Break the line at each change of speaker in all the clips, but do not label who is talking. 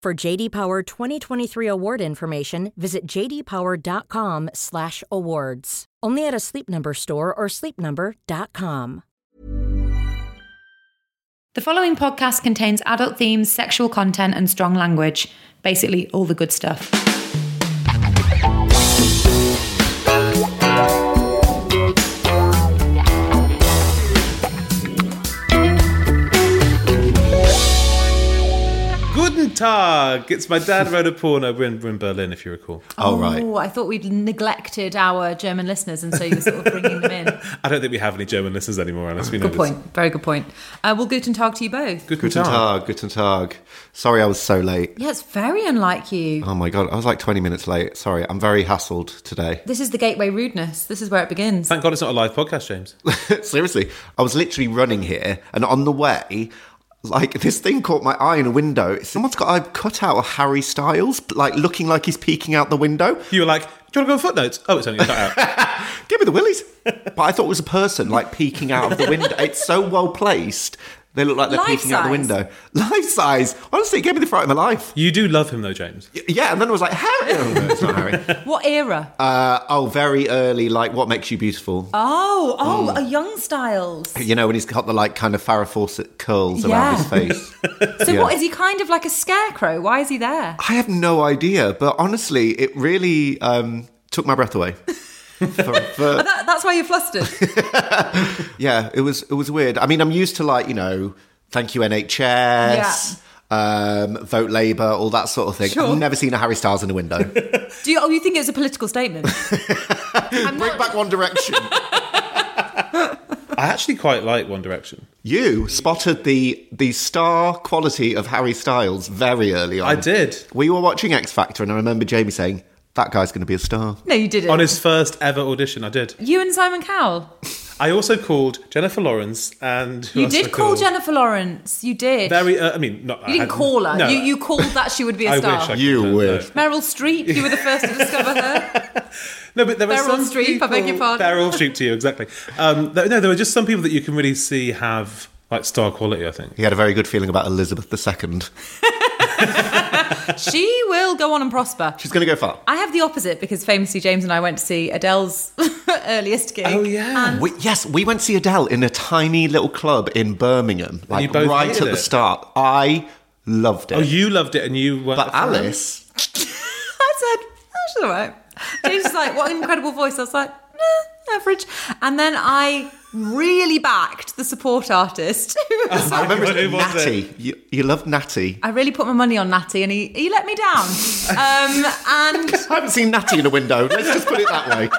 For JD Power 2023 award information, visit jdpower.com/awards. Only at a Sleep Number store or sleepnumber.com.
The following podcast contains adult themes, sexual content, and strong language. Basically, all the good stuff.
Guten Tag! It's my dad wrote a porno. We're in, we're in Berlin, if you recall.
Oh, right.
I thought we'd neglected our German listeners, and so you're sort of bringing them in.
I don't think we have any German listeners anymore, unless we know
Good
this.
point. Very good point. Uh, well, guten tag to you both.
Guten,
Guten
Tag.
Tag, Guten Tag. Sorry I was so late.
Yeah, it's very unlike you.
Oh my God, I was like 20 minutes late. Sorry, I'm very hassled today.
This is the gateway rudeness. This is where it begins.
Thank God it's not a live podcast, James.
Seriously, I was literally running here and on the way, like this thing caught my eye in a window. Someone's got a cutout of Harry Styles, like looking like he's peeking out the window.
You were like, do you want to go on footnotes? Oh, it's only a cutout.
Give me the willies. but I thought it was a person like peeking out of the window. It's so well placed. They look like they're
Life
peeking out the
size.
window. Life size. Honestly, it gave me the fright of my life.
you do love him, though, James.
Y- Yeah, and then I was like, Harry. Oh, no, it's not Harry.
What era?
Uh, oh, very early, like What Makes You Beautiful.
oh, oh,
hmm.
a young Styles.
You know, when he's got the like kind of Farrah Fawcett curls around his
Yeah.
face.
So,
Yeah.
what is he kind of like a scarecrow? Why is he there?
I have no idea, but honestly, it really um, took my breath away. For- for-
That, that's why you're flustered.
yeah, it was it was weird. I mean, I'm used to like you know, thank you NHS, um, vote Labour, all that sort of thing.
Sure.
I've never seen a Harry Styles in a window.
Do you, oh, you think it was a political statement? I'm not,
Bring back One Direction.
I actually quite like One Direction.
you spotted the the star quality of Harry Styles very early on.
I did.
We were watching X Factor, and I remember Jamie saying. That guy's going to be a star.
no, you didn't.
On his first ever audition, I did.
you and Simon Cowell.
I also called Jennifer Lawrence and. who
You
else
did
I
call
called?
Jennifer Lawrence. You did.
Very, uh, I mean, not.
you
I
didn't
hadn't-
call her.
No,
you, you called that she would be a
I wish
star.
I could
You
have,
would.
though.
Meryl Streep, you were the first to discover her.
No, but there were
Beryl
some
Streep, I beg your
people-
pardon.
Beryl Streep to you, exactly. Um, th- no, there were just some people that you can really see have like star quality. I think.
He had a very good feeling about Elizabeth II.
She will go on and prosper.
She's going to go far.
I have the opposite because famously James and I went to see Adele's earliest gig.
Oh yeah.
We, yes, we went to see Adele in a tiny little club in Birmingham,
you
like
both
right at
hated
the
it.
start. I loved it.
Oh, you loved it, and you were.
but Alice,
I said, oh, she's all right. James was like, what an incredible voice. I was like, nah, average. And then I really backed the support artist. who was
I
like-
remember
God,
it
who was
was
uh,
Natty. You, you loved Natty.
I really put my money on Natty and he, he let me down. Um, and, and
I haven't seen Natty in a window. Let's just put it that way.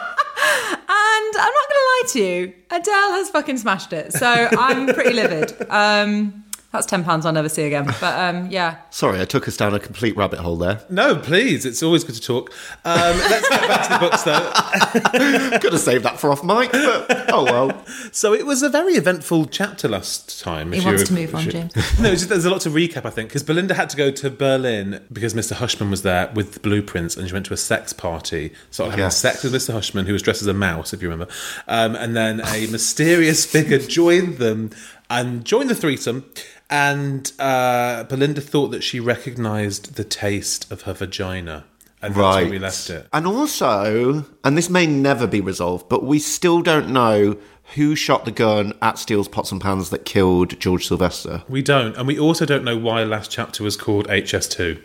I'm not going to lie to you, Adele has fucking smashed it. So I'm pretty livid. Um, that's £10 I'll never see again. But um, yeah.
Sorry, I took us down a complete rabbit hole there.
No, please. It's always good to talk. Um, let's get back to the books, though.
Could have saved that for off mic, but oh well.
So it was a very eventful chapter last time.
He
if you
wants
rec-
to move on,
if you-
James.
No, it's just, there's a lot to recap, I think, because Belinda had to go to Berlin because Mr. Hushman was there with the blueprints, and she went to a sex party, sort of having
Yes.
sex with Mr. Hushman, who was dressed as a mouse, if you remember. Um, and then a mysterious figure joined them and joined the threesome. And uh, Belinda thought that she recognised the taste of her vagina. and that's
Right.
where we left it.
And also, and this may never be resolved, but we still don't know who shot the gun at Steele's Pots and Pans that killed George Sylvester.
We don't, and we also don't know why last chapter was called HS2.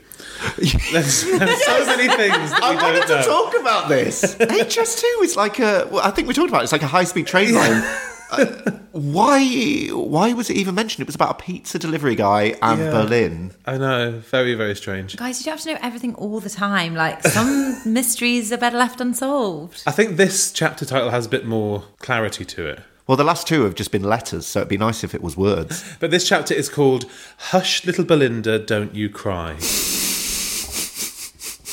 There's, there's so many things that we
I wanted
don't know.
to talk about this. HS2 is like a. Well, I think we talked about it. It's like a high speed train line. Uh, why? Why was it even mentioned? It was about a pizza delivery guy and
Yeah.
Berlin.
I know, very very strange.
Guys, you don't have to know everything all the time. Like some mysteries are better left unsolved.
I think this chapter title has a bit more clarity to it.
Well, the last two have just been letters, so it'd be nice if it was words.
But this chapter is called Hush Little Belinda, Don't You Cry.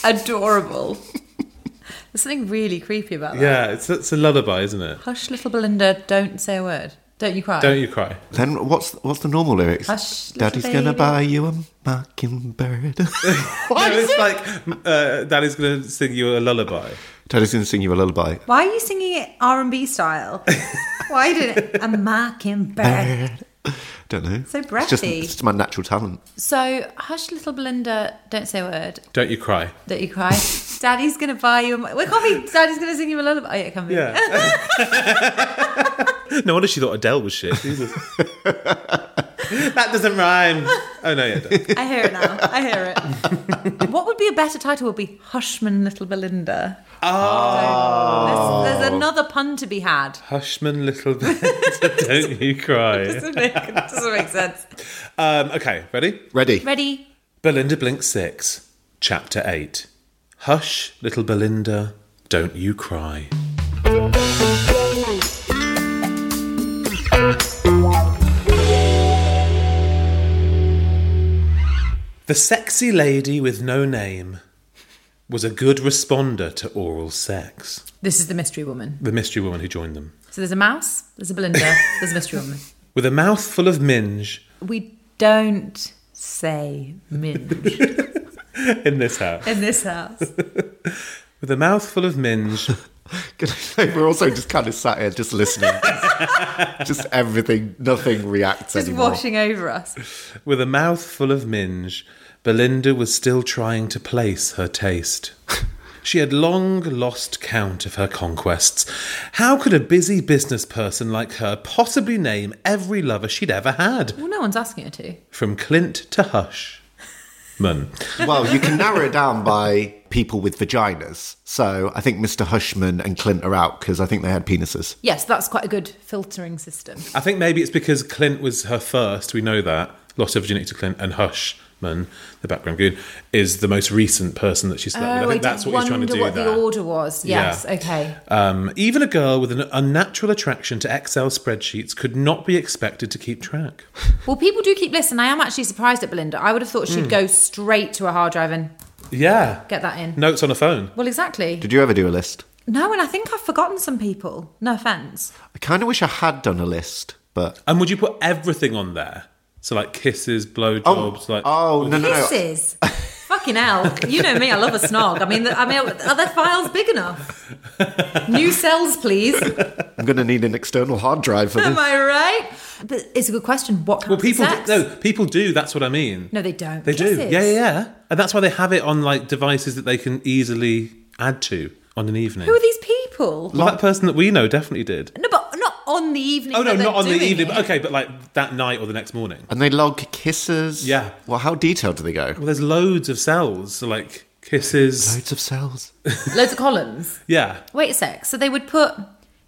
Adorable. There's something really creepy about that.
Yeah, it's, it's a lullaby, isn't it?
Hush, little Belinda, don't say a word. Don't you cry.
Don't you cry.
Then what's what's the normal lyrics?
Hush, little
Daddy's gonna
baby.
buy you a mockingbird.
Why no, it's like uh, Daddy's going to sing you a lullaby.
Daddy's gonna sing you a lullaby.
Why are you singing it R and B style? Why did it a mockingbird?
Don't know.
So
It's just,
breathy.
it's just my natural talent.
So hush, little Belinda, don't say a word.
Don't you cry.
Don't you cry. Daddy's gonna buy you. A, mo- well, it can't be. Daddy's gonna sing you a lullaby. Oh, yeah, it can be.
Yeah. no wonder she thought Adele was shit. Jesus. that doesn't rhyme. Oh no, yeah, it does.
I hear it now. I hear it. what would be a better title? Would be Hushman, little Belinda. Oh, there's, there's another pun to be had.
Hushman little Belinda, don't you cry.
Doesn't make, doesn't make sense.
Um, okay, ready?
Ready?
Ready?
Belinda Blink 6, Chapter 8. Hush, little Belinda, don't you cry. The sexy lady with no name was a good responder to oral sex.
This is the mystery woman.
The mystery woman who joined them.
So there's a mouse. There's a Belinda. There's a mystery woman.
With a mouthful of minge
We don't say minge
in this house.
in this house.
With a mouthful of minge
Can I say, We're also just kind of sat here, just listening. just everything, nothing reacts
Just
anymore.
washing over us.
With a mouth full of minge, Belinda was still trying to place her taste. She had long lost count of her conquests. How could a busy business person like her possibly name every lover she'd ever had?
Well, no one's asking her to.
From Clint to Hush. Man.
Well, you can narrow it down by people with vaginas. So I think Mr. Hushman and Clint are out because I think they had penises.
Yes, that's quite a good filtering system.
I think maybe it's because Clint was her first, we know that. Lost her virginity to Clint and Hush. Man, the background goon, is the most recent person that she
Oh,
slept with. I think that's what he's trying to do
what
there.
the order was. Yes,
Yeah.
okay.
Um, even a girl with an unnatural attraction to Excel spreadsheets could not be expected to keep track.
Well, people do keep listening. I am actually surprised at Belinda. I would have thought she'd
Hmm.
go straight to a hard drive and
Yeah.
get that in.
Notes on a phone.
Well, exactly.
Did you ever do a list?
No, and I think I've forgotten some people. No offense.
I kind of wish I had done a list, but.
And would you put everything on there? So like kisses, blowjobs, like
oh no, no, no.
Kisses. Fucking hell. You know me. I love a snog. I mean, I mean, are their files big enough? New cells, please.
I'm going to need an external hard drive for
Am
this.
I right? But it's a good question. What kind
well people
of
do,
sex?
no people do. That's what I mean.
No, they don't.
They do.
Kisses.
Yeah, yeah, yeah. And that's why they have it on like devices that they can easily add to on an evening.
Who are these people?
well, that person that we know definitely did.
No, but not on the evening.
Oh no,
that they're
not on the
doing
evening.
it.
but Okay, but like that night or the next morning.
And they log kisses.
Yeah.
Well, how detailed do they go?
Well, there's loads of cells, so like kisses.
Loads of cells.
Loads of columns.
Yeah,
Wait a sec. So they would put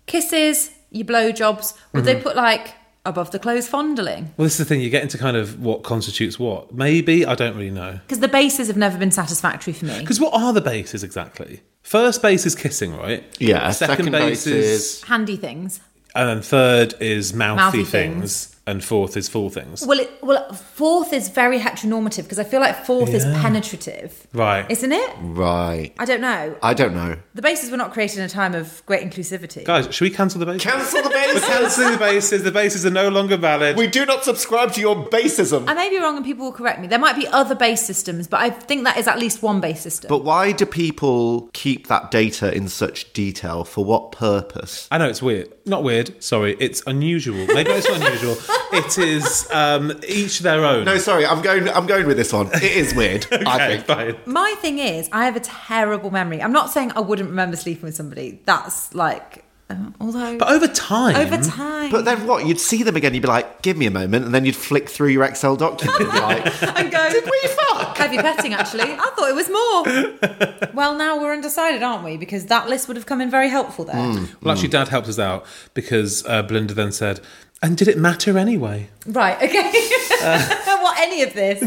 kisses, your blowjobs. Would they put like above the clothes fondling?
Well, this is the thing. You get into kind of what constitutes what. Maybe I don't really know.
Because the bases have never been satisfactory for me.
Because what are the bases exactly? First base is kissing, right?
Yeah.
Second, base, is,
Handy things.
and then third is mouthy,
Mouthy
things. and fourth is full things.
Well, it, well, fourth is very heteronormative because I feel like fourth is penetrative,
Right.
isn't it?
Right.
I don't know.
I don't know.
The bases were not created in a time of great inclusivity.
Guys, should we cancel the bases?
Cancel the bases.
Canceling the bases. The bases are no longer valid.
we do not subscribe to your basism.
I may be wrong, and people will correct me. There might be other base systems, but I think that is at least one base system.
But why do people keep that data in such detail? For what purpose?
I know it's weird. Not weird. Sorry, it's unusual. Maybe it's not unusual. It is um, each their own.
No, sorry, I'm going. I'm going with this one. It is weird. I
okay,
think.
fine.
My thing is, I have a terrible memory. I'm not saying I wouldn't remember sleeping with somebody. That's like, um, although
But over time,
over time,
But then what? You'd see them again. You'd be like, "Give me a moment," and then you'd flick through your Excel document. and be like,
and go, did
we fuck?
Heavy petting, actually. I thought it was more. well, now we're undecided, aren't we? Because that list would have come in very helpful there.
Hmm.
well, actually, Dad helped us out because uh, Belinda then said, "And did it matter anyway?"
Right, okay.
Uh.
what, any of this?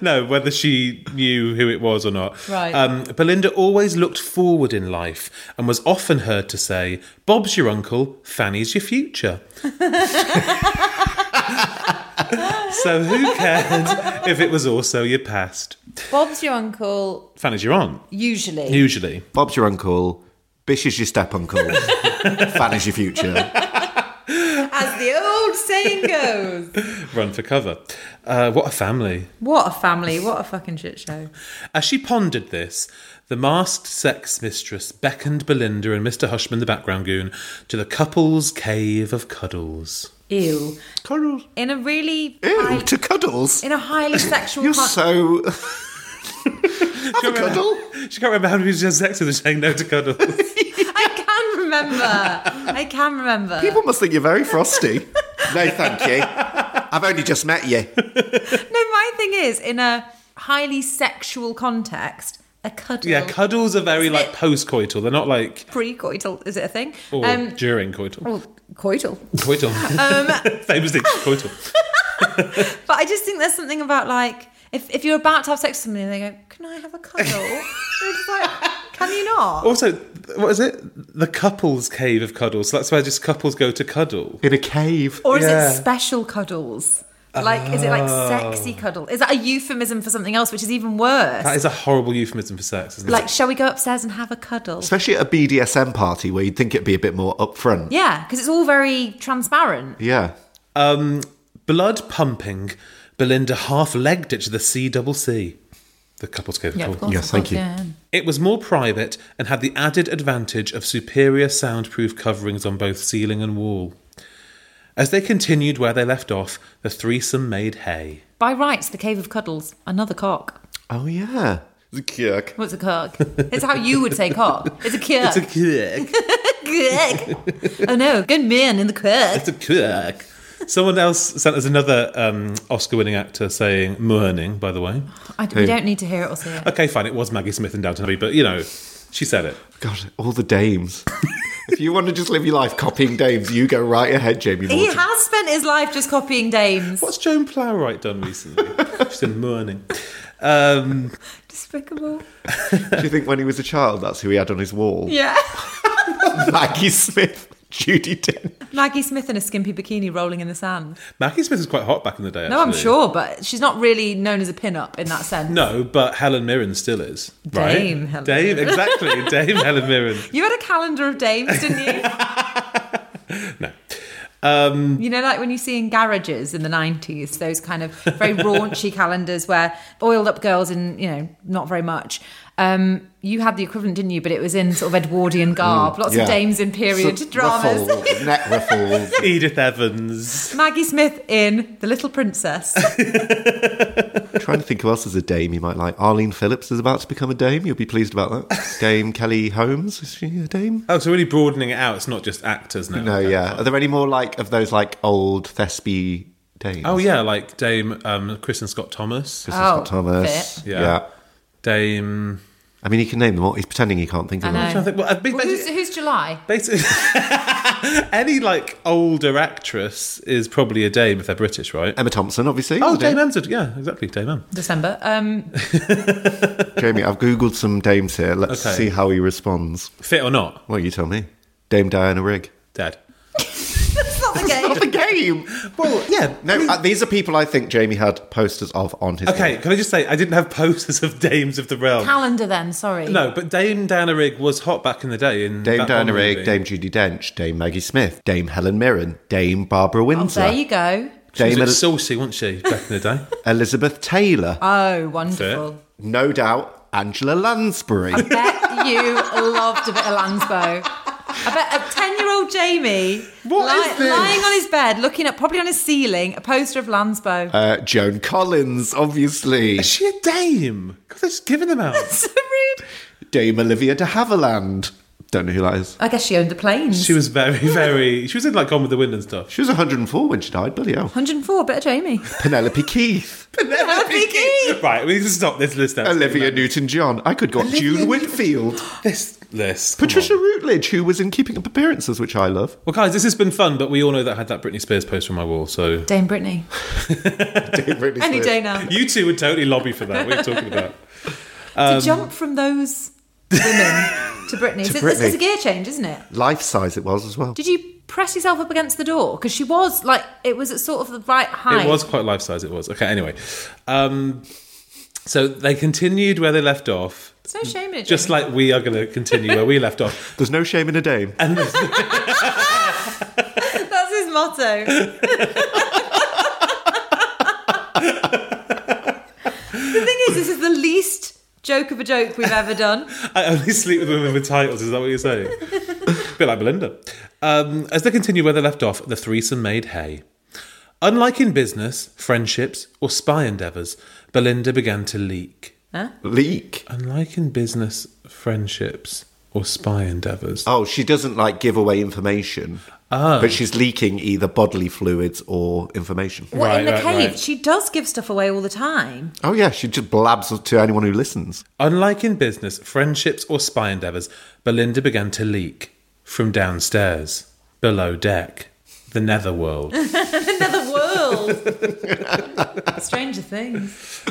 No, whether she knew who it was or not.
Right.
Um, Belinda always looked forward in life and was often heard to say, Bob's your uncle, Fanny's your future. so who cared if it was also your past?
Bob's your uncle,
Fanny's your aunt,
usually.
usually.
Bob's your uncle. Bish is your step uncle. Fan is your future.
As the old saying goes.
Run for cover. Uh, what a family.
What a family. What a fucking shit show.
As she pondered this, the masked sex mistress beckoned Belinda and Mr. Hushman, the background goon, to the couple's cave of cuddles.
Ew.
Cuddles.
In a really.
Ew,
high-
to cuddles.
in a highly sexual.
You're
con-
so. Have a cuddle.
She can't remember how many people she had sex with and saying no to cuddles.
I can remember. I can remember.
People must think you're very frosty. no, thank you. I've only just met you.
No, my thing is, in a highly sexual context, a cuddle.
Yeah, cuddles are very
Isn't
like
it-
post-coital. They're not like
Pre-coital, is it a thing?
or
um,
during coital.
oh, coital.
Coital. Famously coital.
But I just think there's something about like if, if you're about to have sex with somebody and they go, "Can I have a cuddle?" you're just like, "Can you not?"
Also, what is it? The couples cave of cuddles. So that's where just couples go to cuddle.
In a cave.
Or is
yeah. Oh.
it special cuddles? Like, is it like sexy cuddle? Is that a euphemism for something else, which is even worse?
That is a horrible euphemism for sex, isn't
like,
it?
shall we go upstairs and have a cuddle?
Especially at a BDSM party where you'd think it'd be a bit more upfront.
yeah, because it's all very transparent.
Yeah.
Blood pumping, Belinda half-legged it to the C double C. The couples cave of
Yeah, of
cuddles.
course.
Yeah,
of
thank
course,
you.
yeah.
It was more private and had the added advantage of superior soundproof coverings on both ceiling and wall. As they continued where they left off, the threesome made hay.
By rights, the cave of cuddles, another cock.
Oh, yeah. The kirk.
What's a cock? It's how you would say cock. It's a kirk.
It's a kirk.
kirk. Oh no, good man in the kirk.
It's a kirk. Someone else sent us another um, Oscar winning actor saying mourning, by the way.
I, we don't need to hear it or see it.
Okay, fine, it was Maggie Smith in Downton Abbey, but you know, she said it.
God, all the dames. if you want to just live your life copying dames, you go right ahead, Jamie
He
Morton.
has spent his life just copying dames.
What's Joan Plowright done recently? She's in mourning. Um,
Despicable.
Do you think when he was a child, that's who he had on his wall?
Yeah.
Maggie Smith, Judy Dent.
Maggie Smith in a skimpy bikini rolling in the sand.
Maggie Smith was quite hot back in the day,
No, I'm
actually.
sure, but she's not really known as a pin-up in that sense.
No, but Helen Mirren still is. Right?
Dame Helen
Dame,
Mirren.
exactly. Dame Helen Mirren.
You had a calendar of dames, didn't you?
No.
Um,
You know, like when you see in garages in the 90s, those kind of very raunchy calendars where oiled up girls in, you know, not very much. Um, you had the equivalent, didn't you? But it was in sort of Edwardian garb. Lots
Mm, yeah.
of dames in period
Sort of
dramas.
ruffled, neck ruffles.
Edith Evans.
Maggie Smith in The Little Princess.
trying to think who else is a dame you might like. Arlene Phillips is about to become a dame. You'll be pleased about that. Dame Kelly Holmes is she a dame?
Oh, so really broadening it out. It's not just actors now.
No,
Okay.
yeah. Are there any more like of those like old Thespy dames?
Oh, yeah, like Dame um, Kristen Scott Thomas.
Kristen Scott
Oh,
Thomas.
Yeah.
Yeah.
Dame.
I mean, he can name them all. He's pretending he can't think of
I know.
them.
I'm trying to think. Well, uh, I think
Well, who's,
basically,
who's July?
basically- any like older actress is probably a dame if they're British, right?
Emma Thompson, obviously.
Oh,
Dame.
Dame Emsford. Yeah, exactly. Dame Em.
December. Um,
Jamie, I've googled some dames here. Let's
Okay.
see how he responds.
Fit or not,
Well, you tell me. Dame Diana Rigg.
Dad.
that's not the game.
the game.
Well, yeah.
No, uh, these are people I think Jamie had posters of on his.
Okay,
wall.
can I just say, I didn't have posters of Dames of the Realm.
Calendar then, sorry.
No, but Dame Diana Rigg was hot back in the day. In
Dame
that
Diana
one
Rigg,
movie.
Dame Judy Dench, Dame Maggie Smith, Dame Helen Mirren, Dame Barbara
Oh,
Windsor,
there you go.
She was a
Dame
bit
El-
saucy, wasn't she, back in the day?
Elizabeth Taylor,
Oh, wonderful.
no doubt Angela Lansbury.
Bet you loved a bit of Lansbow. I bet a 10 year old Jamie
What is this?
lying on his bed, looking at probably on his ceiling, a poster of Lansbow.
Uh, Joan Collins, obviously.
Is she a dame? God, they're just giving them out.
so rude.
Dame Olivia de Havilland. Don't know who that is.
I guess she owned the planes.
She was very, very. She was in like Gone with the Wind and stuff.
She was 104 when she died, bloody hell.
104, better Jamie.
Penelope Keith.
Penelope Keith.
Right, we need to stop this list. now.
Olivia Newton John. I could go on June Whitfield.
This list. come
Patricia
on.
Routledge, who was in Keeping Up Appearances, which I love.
Well, guys, this has been fun, but we all know that I had that Britney Spears poster on my wall, so
Dame Brittany. Any day now.
you two would totally lobby for that. What are you talking about? Um,
to jump from those women to Brittany.
To
It's- it's, it's a
Britney.
gear change, isn't it?
Life size it was as well.
Did you press yourself up against the door? Because she was like, it was at sort of the right height.
It was quite life size. It was okay. Anyway, um, so they continued where they left off,
It's no shame in it.
just
Jamie.
like we are going to continue where we left off.
There's no shame in a dame.
that's his motto. the thing is, this is the least joke of a joke we've ever done.
I only sleep with women with titles. Is that what you're saying? a bit like Belinda. Um, as they continue where they left off, the threesome made hay. Unlike in business, friendships, or spy endeavours, Belinda began to leak.
Leak.
Unlike in business, friendships, or spy endeavours.
Oh, she doesn't like give away information. But she's leaking either bodily fluids or information.
What in the
Right, right,
cave?
right.
She does give stuff away all the time.
Oh, yeah, she just blabs to anyone who listens.
Unlike in business, friendships, or spy endeavours, Belinda began to leak from downstairs, below deck, the netherworld.
Another world. Stranger things.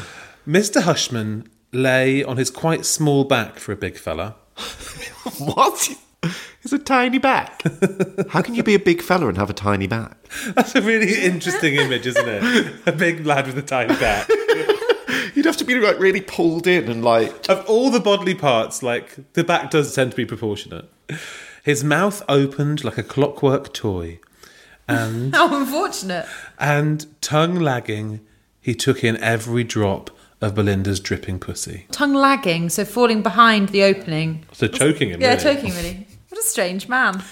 Mr. Hushman lay on his quite small back for a big fella.
What? It's a tiny back. How can you be a big fella and have a tiny back?
That's a really interesting image, isn't it? A big lad with a tiny back.
You'd have to be like really pulled in and like.
Of all the bodily parts, like the back does tend to be proportionate. His mouth opened like a clockwork toy,
How unfortunate.
and tongue lagging, he took in every drop of Belinda's dripping pussy.
Tongue lagging, so falling behind the opening.
So choking him.
Yeah,
really.
choking really. What a strange man.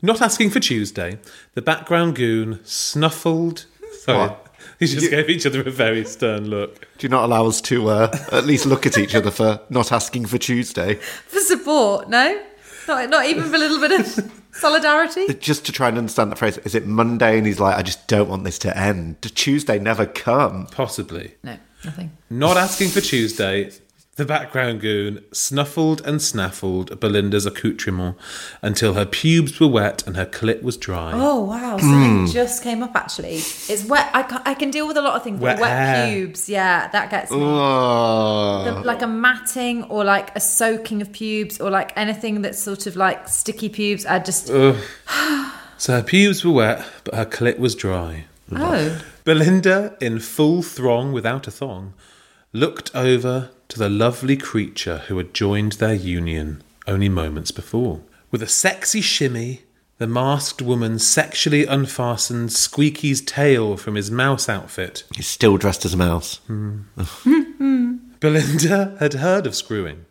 Not asking for Tuesday, the background goon snuffled. Sorry.
What?
He just gave each other a very stern look.
Do you not allow us to uh, at least look at each other for not asking for Tuesday?
For support, no? Not, not even for a little bit of solidarity?
Just to try and understand that phrase. Is it Monday? And he's like, I just don't want this to end. Tuesday never come.
Possibly.
No, nothing.
Not asking for Tuesday, the background goon snuffled and snaffled Belinda's accoutrement until her pubes were wet and her clit was dry.
Oh, wow.
Hmm.
Something just came up, actually. It's wet. I can, I can deal with a lot of things.
Wet
Wet, wet
hair.
pubes. Yeah, that gets me.
Oh.
The- like a matting or like a soaking of pubes or like anything that's sort of like sticky pubes. I just.
So her pubes were wet, but her clit was dry.
oh.
Belinda, in full throng without a thong, looked over to the lovely creature who had joined their union only moments before. With a sexy shimmy, the masked woman sexually unfastened Squeaky's tail from his mouse outfit
He's still dressed as a mouse.
Belinda had heard of screwing,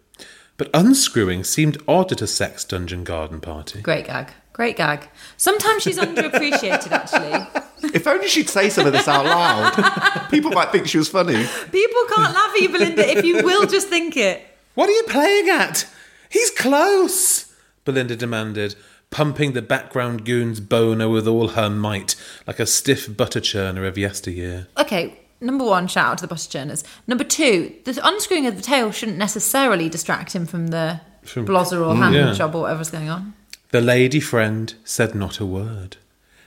but unscrewing seemed odd at a sex dungeon garden party.
Great gag. Great gag. Sometimes she's underappreciated, actually.
If only she'd say some of this out loud, people might think she was funny.
People can't laugh at you, Belinda, if you will just think it.
What are you playing at? He's close, Belinda demanded, pumping the background goon's boner with all her might, like a stiff butter churner of yesteryear.
Okay, number one, shout out to the butter churners. Number two, the unscrewing of the tail shouldn't necessarily distract him from the
From- Hmm,
blozzer or hand
yeah.
job or whatever's going on.
The lady friend said not a word.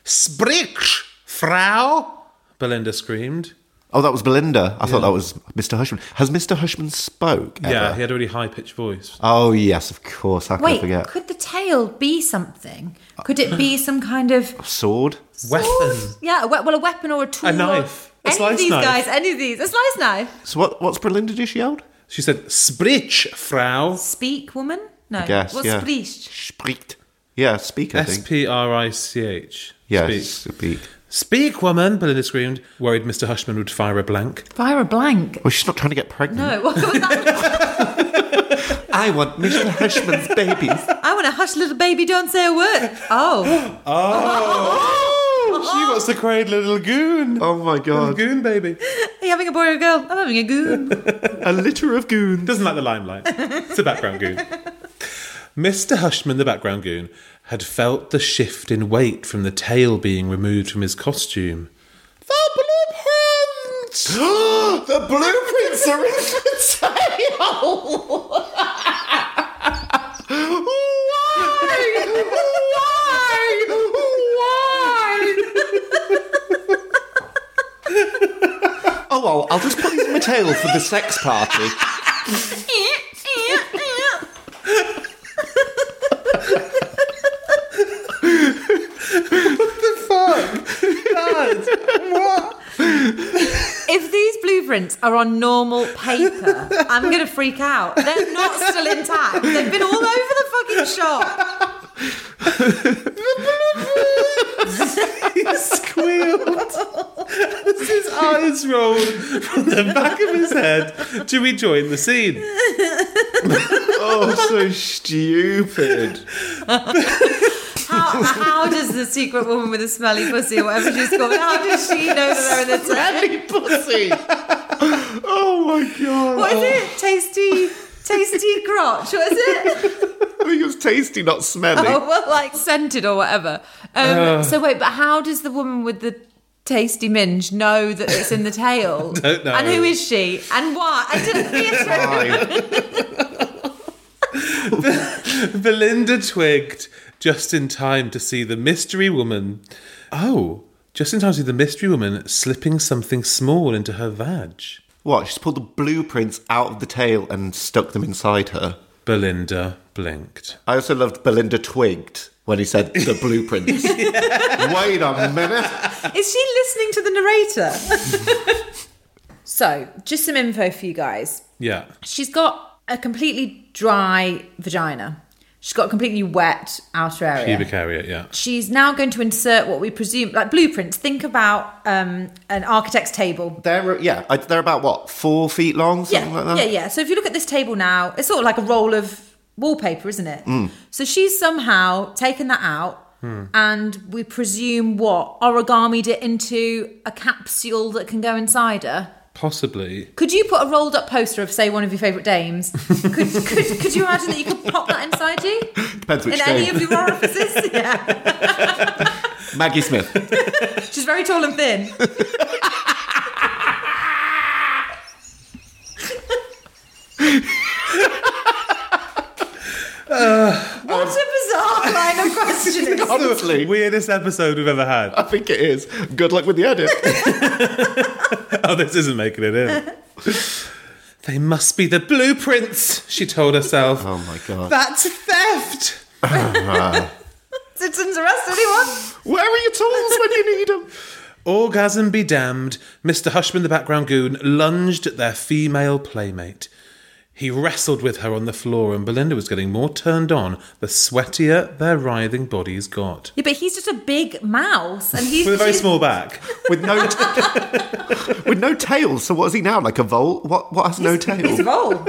Sprich, Frau! Belinda screamed.
Oh, that was Belinda. I thought that was Mr. Hushman. Has Mr. Hushman spoke? Ever?
Yeah, he had a really high pitched voice.
Oh yes, of course. How can I
Wait,
forget?
could the tail be something? Could it be some kind of
Sword.
Uh, Weapon.
yeah, a we- well, a weapon or a tool?
A
or-
knife. A
Any of
slice
these
knife.
guys? Any of these? A slice knife?
So what? What's Belinda? Did she yelled?
She said, Sprich, Frau.
Speak, woman? No.
Yes.
Uh, What's
yeah.
spreeched?
Spricht. Yeah, speak. I
S
think.
P R I C H.
Yes,
Speak.
speak.
Speak, woman, Belinda screamed, worried Mr. Hushman would fire a blank.
Fire a blank.
Well, she's not trying to get pregnant.
No, what was that?
I want Michelle Hushman's babies.
I want to hush, little baby, don't say a word. Oh,
Oh, she wants to create a little goon.
Oh my
Little
god.
goon baby.
are you having a boy or a girl? I'm having a goon.
A litter of goons.
Doesn't like the limelight. It's a background goon. Mr. Hushman, the background goon, had felt the shift in weight from the tail being removed from his costume. The blueprints!
the blueprints are in the tail. Why? Why? Why? oh well, I'll just put these in my tail for the sex party.
If these blueprints are on normal paper, I'm going to freak out. They're not still intact. They've been all over the fucking shop.
He squealed as his eyes rolled from the back of his head to rejoin the scene.
Oh, so stupid.
How, how does the secret woman with a smelly pussy or whatever she's called, how does she know that they're in the tail?
pussy. Oh my god.
What is it? Tasty, tasty crotch. What is it?
I think it was Oh, tasty, not smelly.
Oh, well, like scented or whatever. Um,
Uh.
so wait, but how does the woman with the tasty minge know that it's in the tail?
Don't know.
And who is she? And why? I didn't hear her.
Fine.
Belinda twigged just in time to see the mystery woman. Oh, just in time to see the mystery woman slipping something small into her vag.
What? She's pulled the blueprints out of the tail and stuck them inside her.
Belinda blinked.
I also loved Belinda twigged when he said the blueprints. Wait a minute.
Is she listening to the narrator? so, just some info for you guys.
Yeah.
She's got a completely dry vagina. She's got a completely wet outer area.
Pubic area, yeah.
She's now going to insert what we presume, like blueprints. Think about um, an architect's table.
They're yeah, I- they're about what four feet long, something
yeah,
like that.
Yeah, yeah. So if you look at this table now, it's sort of like a roll of wallpaper, isn't it?
Mm.
So she's somehow taken that out. And we presume what origamied it into a capsule that can go inside her.
Possibly.
Could you put a rolled up poster of, say, one of your favourite dames? could, could, could you imagine that you could pop that inside you
Depends which
in any
day.
of your orifices? Yeah,
Maggie Smith.
she's very tall and thin. what a bizarre line of questioning.
Honestly,
Weirdest episode we've ever had.
I think it is. Good luck with the edit.
Oh, this isn't making it in. they must be the blueprints, she told herself.
oh my god.
That's theft!
Citizens arrest anyone?
Where are your tools when you need them?
Orgasm be damned, Mr. Hushman the background goon lunged at their female playmate. He wrestled with her on the floor, and Belinda was getting more turned on the sweatier their writhing bodies got.
Yeah, but he's just a big mouse, and he's
With a very
she's-
small back.
With no with no tail. So what is he now? Like a vole? What what has no
He's
tail?
small.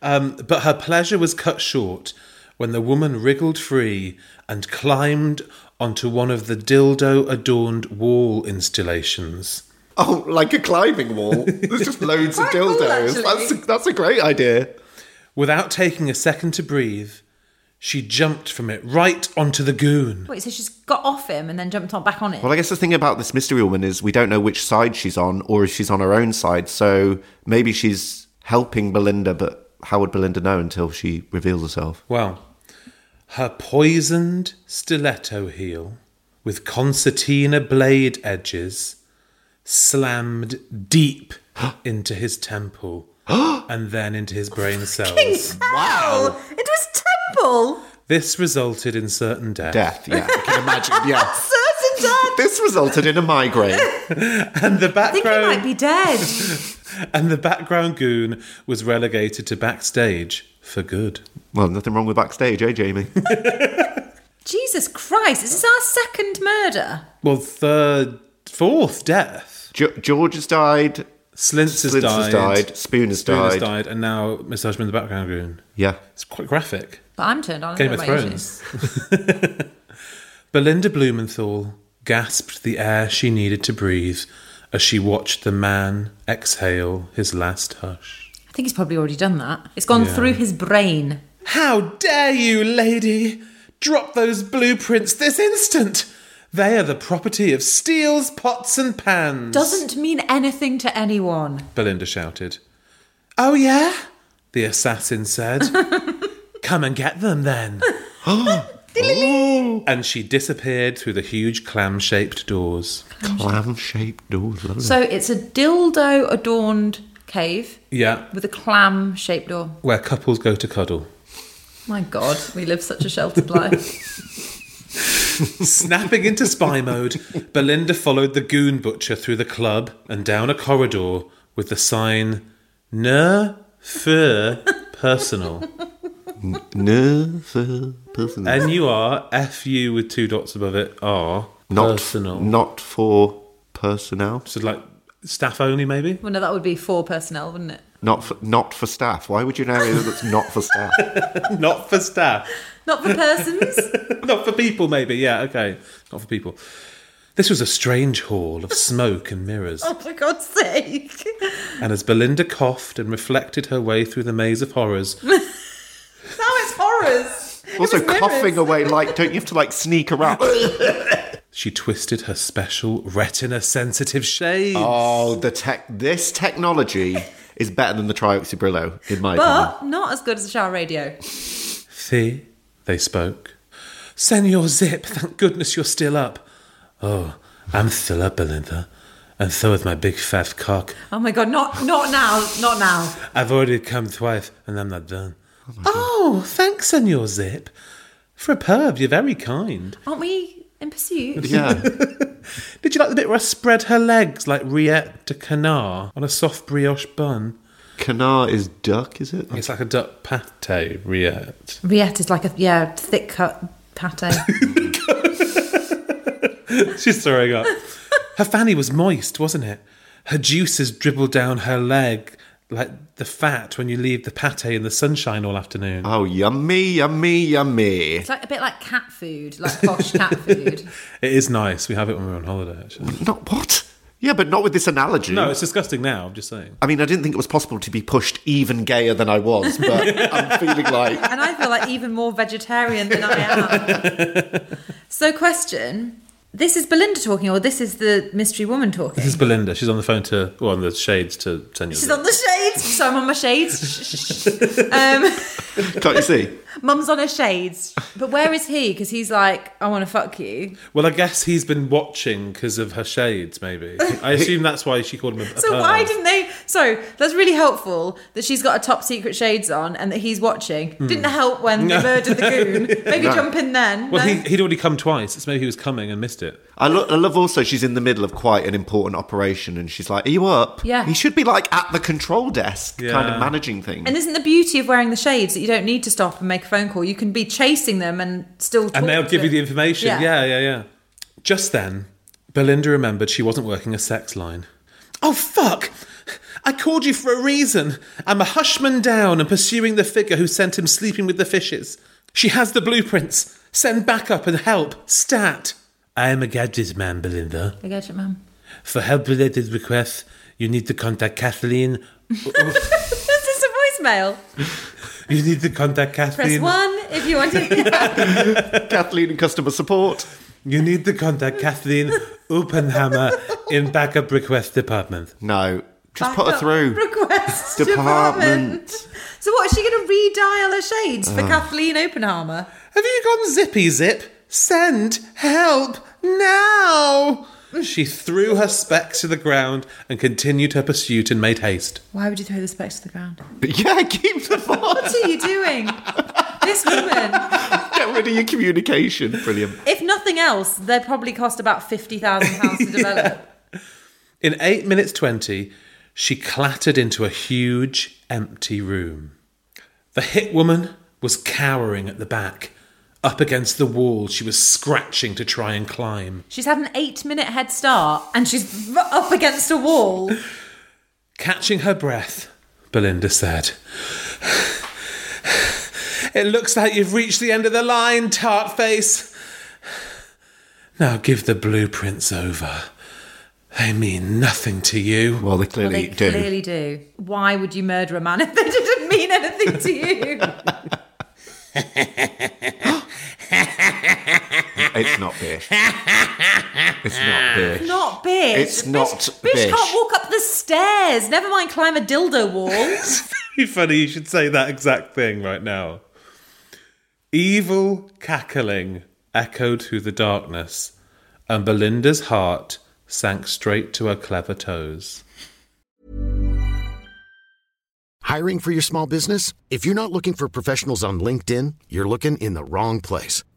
But her pleasure was cut short when the woman wriggled free and climbed onto one of the dildo adorned wall installations.
Oh, like a climbing wall. There's just loads of
Quite cool,
dildos.
actually.
that's a, that's a great idea.
Without taking a second to breathe, she jumped from it right onto the goon.
Wait, so she's got off him and then jumped on back on it.
Well, I guess the thing about this mystery woman is we don't know which side she's on or if she's on her own side. So maybe she's helping Belinda, but how would Belinda know until she reveals herself?
Well, her poisoned stiletto heel with concertina blade edges slammed deep into his temple and then into his brain cells.
wow! It was temple.
This resulted in certain death.
Death, yeah. I can imagine, yeah.
Certain death.
This resulted in a migraine.
And the
I think he might
background
be dead.
and the background goon was relegated to backstage for good.
Well, nothing wrong with backstage, eh, Jamie?
Jesus Christ! Is this our second murder?
Well, third, fourth death.
Ge- George has died.
Slintz has
Slintz
died.
has died. Spoon has
Spoon
died.
has died. And now Miss Hushman the background goon.
Yeah.
It's quite graphic.
But I'm turned on. I
Game
don't
of
know about you
Thrones.
two.
Belinda Blumenthal gasped the air she needed to breathe as she watched the man exhale his last hush.
I think he's probably already done that. It's gone
Yeah.
through his brain.
How dare you, lady! Drop those blueprints this instant! They are the property of steels, pots, and pans!
Doesn't mean anything to anyone.
Belinda shouted. Oh, yeah? The assassin said. Come and get them then. and she disappeared through the huge clam shaped doors.
Clam shaped doors. Lovely.
So it's a dildo adorned cave
Yeah,
with a clam shaped door.
where couples go to cuddle.
My God, we live such a sheltered life.
Snapping into spy mode, Belinda followed the goon butcher through the club and down a corridor with the sign "Ne für personal."
Nerve uh, person.
N U R F U with two dots above it R
not
personal.
Not for personnel.
so like staff only, maybe.
well, no, that would be for personnel, wouldn't it?
Not for, not for staff. Why would you know that it's not for staff?
Not for staff.
Not for persons.
Not for people, maybe. Yeah, okay. Not for people. This was a strange hall of smoke and mirrors.
oh, for God's sake.
And as Belinda coughed and reflected her way through the maze of horrors,
Now it's horrors. It
also
was mirrors.
coughing away. Like, don't you have to like sneak around?
She twisted her special retina sensitive shades.
oh, the tech. This technology is better than the Trioxybrillo, in my opinion.
But not as good as a shower radio.
Thee, they spoke. Senor Zip, thank goodness you're still up. Oh, I'm still up, Belinda. And so is my big fat cock.
Oh my God, not not now, not now.
I've already come twice, and I'm not done. Oh, thanks, Senor Zip. For a perv, you're very kind.
Aren't we in pursuit?
Yeah.
Did you like the bit where I spread her legs like Riette de Canard on a soft brioche bun?
Canard is duck, is it?
It's like a duck pate, Riette.
Riette is like a yeah thick cut pate.
She's throwing up. Her fanny was moist, wasn't it? Her juices dribbled down her leg like the fat when you leave the pate in the sunshine all afternoon.
Oh, yummy, yummy, yummy.
it's like a bit like cat food, like posh cat food.
It is nice. We have it when we're on holiday, actually.
Not what? Yeah, but not with this analogy.
No, it's disgusting now. I'm just saying.
I mean, I didn't think it was possible to be pushed even gayer than I was, but I'm feeling like
And I feel like even more vegetarian than I am. So, question: This is Belinda talking, or this is the mystery woman talking?
This is Belinda. She's on the phone to, well, on the shades to Senor.
She's on the shades. So I'm on my shades. Shh, shh, shh.
can't you see?
Mum's on her shades. But where is he? Because he's like, I want to fuck you.
well, I guess he's been watching because of her shades, maybe. I assume that's why she called him a, a
So
perv.
why didn't they? So that's really helpful that she's got a top secret shades on and that he's watching.
Hmm.
Didn't help when they murdered the goon. Maybe jump in then.
Well,
no?
he, he'd already come twice. So maybe he was coming and missed it.
I, lo- I love also she's in the middle of quite an important operation and she's like, Are you up?
Yeah.
He should be like at the control desk, kind
Yeah.
of managing things.
and isn't the beauty of wearing the shades that you don't need to stop and make a phone call? You can be chasing them and still. talk
and they'll
to
give you
them.
the information.
Yeah.
Yeah. yeah, yeah, Just then, Belinda remembered she wasn't working a sex line. Oh fuck! I called you for a reason. I'm a hushman down and pursuing the figure who sent him sleeping with the fishes. She has the blueprints. Send backup and help. Stat. I am a gadget man, Belinda.
The gadget man.
For help-related requests, you need to contact Kathleen.
Is this a voicemail?
You need to contact
Press
Kathleen.
one if you want to.
Kathleen and customer support.
You need to contact Kathleen Oppenhammer in backup request department.
No. Just
Back
put her
up.
through.
Request
Department.
department. So what is she going to redial her shades
Uh.
for Kathleen Oppenheimer?
Have you gone zippy zip? Send help now! She threw her specs to the ground and continued her pursuit and made haste.
Why would you throw the specs to the ground?
Yeah, keep the
What
thought.
are you doing? this woman.
Get rid of your communication. Brilliant.
If nothing else, they probably cost about fifty thousand pounds to develop.
In 8 minutes 20, she clattered into a huge, empty room. The hit woman was cowering at the back. Up against the wall, she was scratching to try and climb.
She's had an eight-minute head start, and she's r- up against a wall.
Catching her breath, Belinda said, It looks like you've reached the end of the line, tart face. Now give the blueprints over. They mean nothing to you.
Well, they
They
clearly do.
clearly do. Why would you murder a man if they didn't mean anything to you?
It's not beer. it's not beer.
not bitch.
It's
Bitch-
not
Bitch,
bitch.
can't walk up the stairs. Never mind climb a dildo wall.
Be funny you should say that exact thing right now. Evil cackling echoed through the darkness, and Belinda's heart sank straight to her clever toes.
Hiring for your small business? If you're not looking for professionals on LinkedIn, you're looking in the wrong place.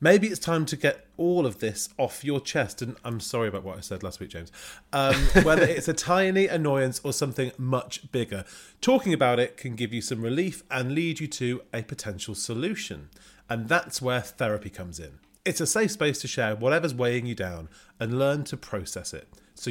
Maybe it's time to get all of this off your chest. And I'm sorry about what I said last week, James. Um, whether it's a tiny annoyance or something much bigger, talking about it can give you some relief and lead you to a potential solution. And that's where therapy comes in. It's a safe space to share whatever's weighing you down and learn to process it so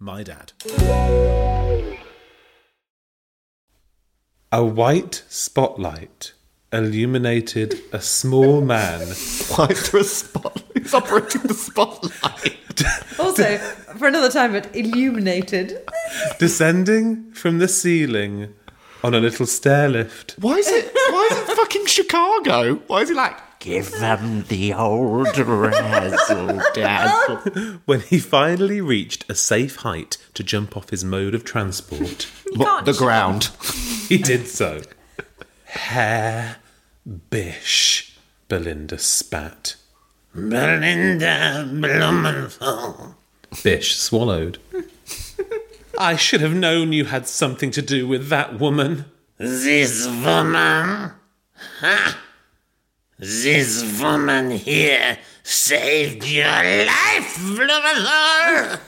mydad. A white spotlight illuminated a small man.
Why is there a spotlight? It's operating the spotlight.
Also, for another time, but illuminated.
descending from the ceiling on a little stair lift.
Why is it? Why is it fucking Chicago? Why is he like? Give them the old razzle dazzle.
When he finally reached a safe height to jump off his mode of transport,
What, the ground.
he did so. Hair bish, Belinda spat. Belinda Blumenthal. Bish swallowed. I should have known you had something to do with that woman.
This woman, huh? This woman here saved your life, Blumenthal.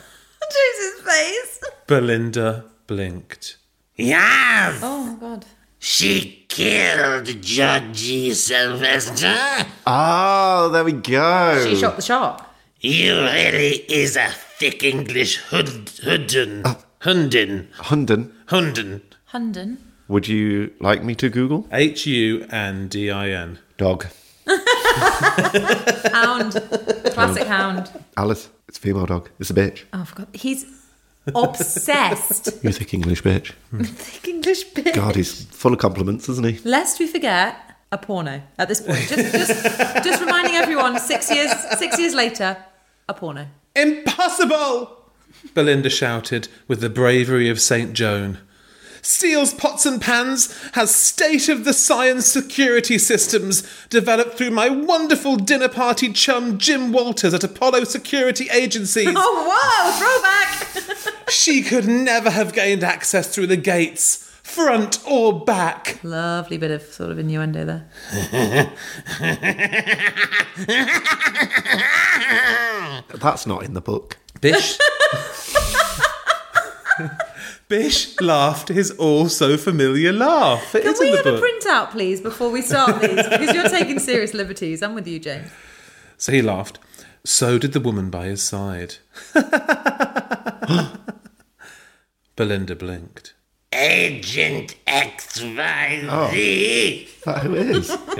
Jesus' face.
Belinda blinked.
Yes,
Oh my god.
she killed Georgie Sylvester.
Oh, there we go.
She shot the shot.
You really is a thick English hood, hoodin,
Oh.
hundin,
Hunden,
hundin.
Hunden.
would you like me to Google
H U N D I N.
dog?
Hound. Classic hound.
Alice, it's a female dog. It's a bitch.
Oh, I forgot. He's obsessed.
You think English bitch?
Thick English bitch.
God, he's full of compliments, isn't he?
Lest we forget a porno at this point. Just, just, just reminding everyone, six years, six years later, a porno.
Impossible! Belinda shouted with the bravery of St. Joan. Steele's Pots and Pans has state of the science security systems developed through my wonderful dinner party chum Jim Walters at Apollo Security Agencies.
Oh, whoa, throwback.
she could never have gained access through the gates, front or back.
Lovely bit of sort of innuendo there.
That's not in the book.
Bish. Bish laughed his all so familiar laugh. It
Can
is
we
in the
have
book.
a printout, please, before we start these? Because you're taking serious liberties. I'm with you, James.
So he laughed. So did the woman by his side. Belinda blinked.
Agent XYZ.
That who it is?
What?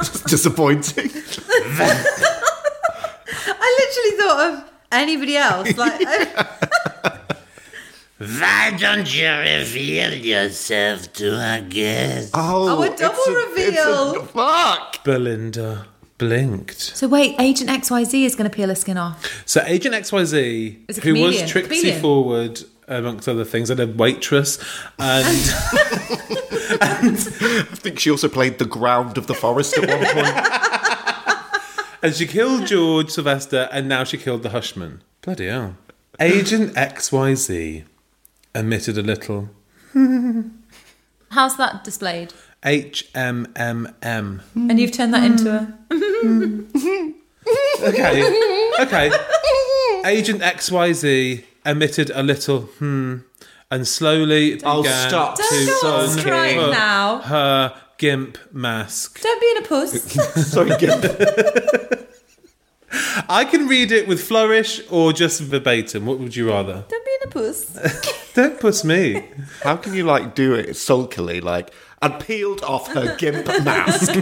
It's disappointing.
I literally thought of anybody else. Like,
Why don't you reveal yourself to our guest?
Oh,
a double reveal.
It's a, fuck.
Belinda blinked.
so wait, Agent XYZ is going to peel her skin off.
So Agent XYZ,
Is a
who was
comedian.
Trixie
Comedian.
Forward, amongst other things, and a waitress, and
I think she also played the ground of the forest at one point.
and she killed George Sylvester, and now she killed the Hushman. Bloody hell. Agent XYZ emitted a little
How's that displayed?
HMMM.
And you've turned that into a.
Okay, okay.
Mm.
Agent XYZ emitted a little hmm, and slowly
I'll
began
stop.
to
Don't go on strike
uncover
Oh, now.
her gimp mask.
Don't be in a puss.
Sorry, Gimp.
I can read it with flourish or just verbatim. What would you rather?
Don't be in a puss.
Don't puss me.
How can you like do it sulkily, like and peeled off her gimp mask?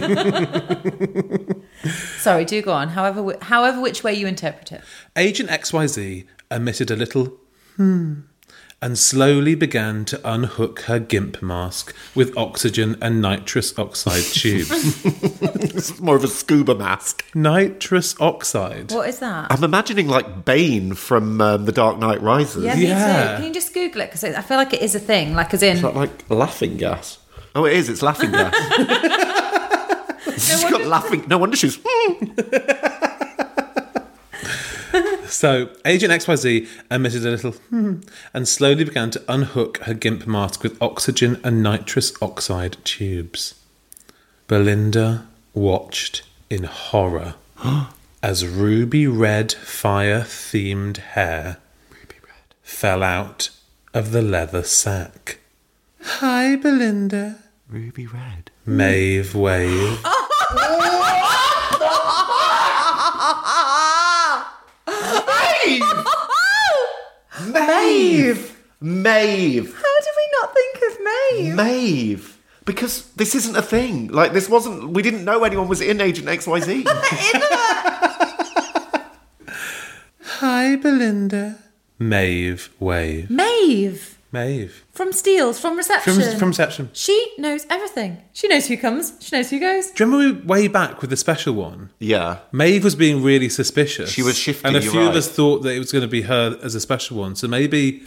Sorry, do go on. However, whi- however, which way you interpret it.
Agent XYZ emitted a little hmm and slowly began to unhook her gimp mask with oxygen and nitrous oxide tubes.
It's more of a scuba mask.
nitrous oxide.
What is that?
I'm imagining like Bane from um, The Dark Knight Rises.
Yeah, me
Yeah.
too. Can you just Google it? Because I feel like it is a thing. Like, as in,
Is that like laughing gas? Oh, it is. It's laughing gas. She's got laughing. No wonder she's. hmm,
So, Agent XYZ emitted a little hmm and slowly began to unhook her gimp mask with oxygen and nitrous oxide tubes. Belinda watched in horror as ruby red fire themed hair fell out of the leather sack. Hi, Belinda.
Ruby red.
Maeve waved.
Maeve! Maeve! Maeve!
how did we not think of Maeve?
Maeve! Because this isn't a thing. Like, this wasn't. We didn't know anyone was in Agent XYZ.
Hi, Belinda. Maeve waved.
Maeve
Maeve.
from Steels from reception.
From, from reception.
she knows everything. She knows who comes. She knows who goes.
Do you remember we- way back with the special one?
yeah.
Maeve was being really suspicious.
She was shifty,
And a
you're
few of
right.
us thought that it was going to be her as a special one. So maybe.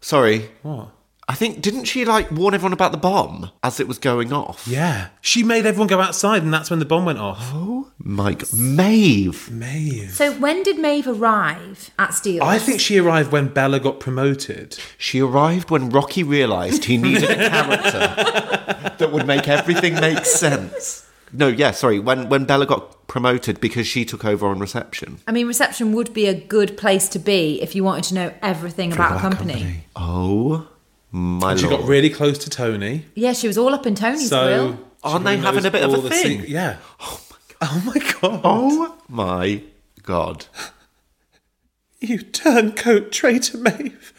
Sorry.
what?
I think. Didn't she, like, warn everyone about the bomb as it was going off?
Yeah. She made everyone go outside, and that's when the bomb went off.
Mike. Maeve!
Maeve.
So when did Maeve arrive at Steels?
I think she arrived when Bella got promoted.
She arrived when Rocky realised he needed a character that would make everything make sense. No, yeah, sorry. When when Bella got promoted because she took over on reception.
I mean, reception would be a good place to be if you wanted to know everything about a company.
Oh my
She
lord!
got really close to Tony.
Yeah, she was all up in Tony's
So.
grill.
Aren't
she
they having
knows
a bit of
all
a
the sec-
thing?
yeah. Oh my god. Oh my god.
oh my god!
You turncoat traitor, Maeve.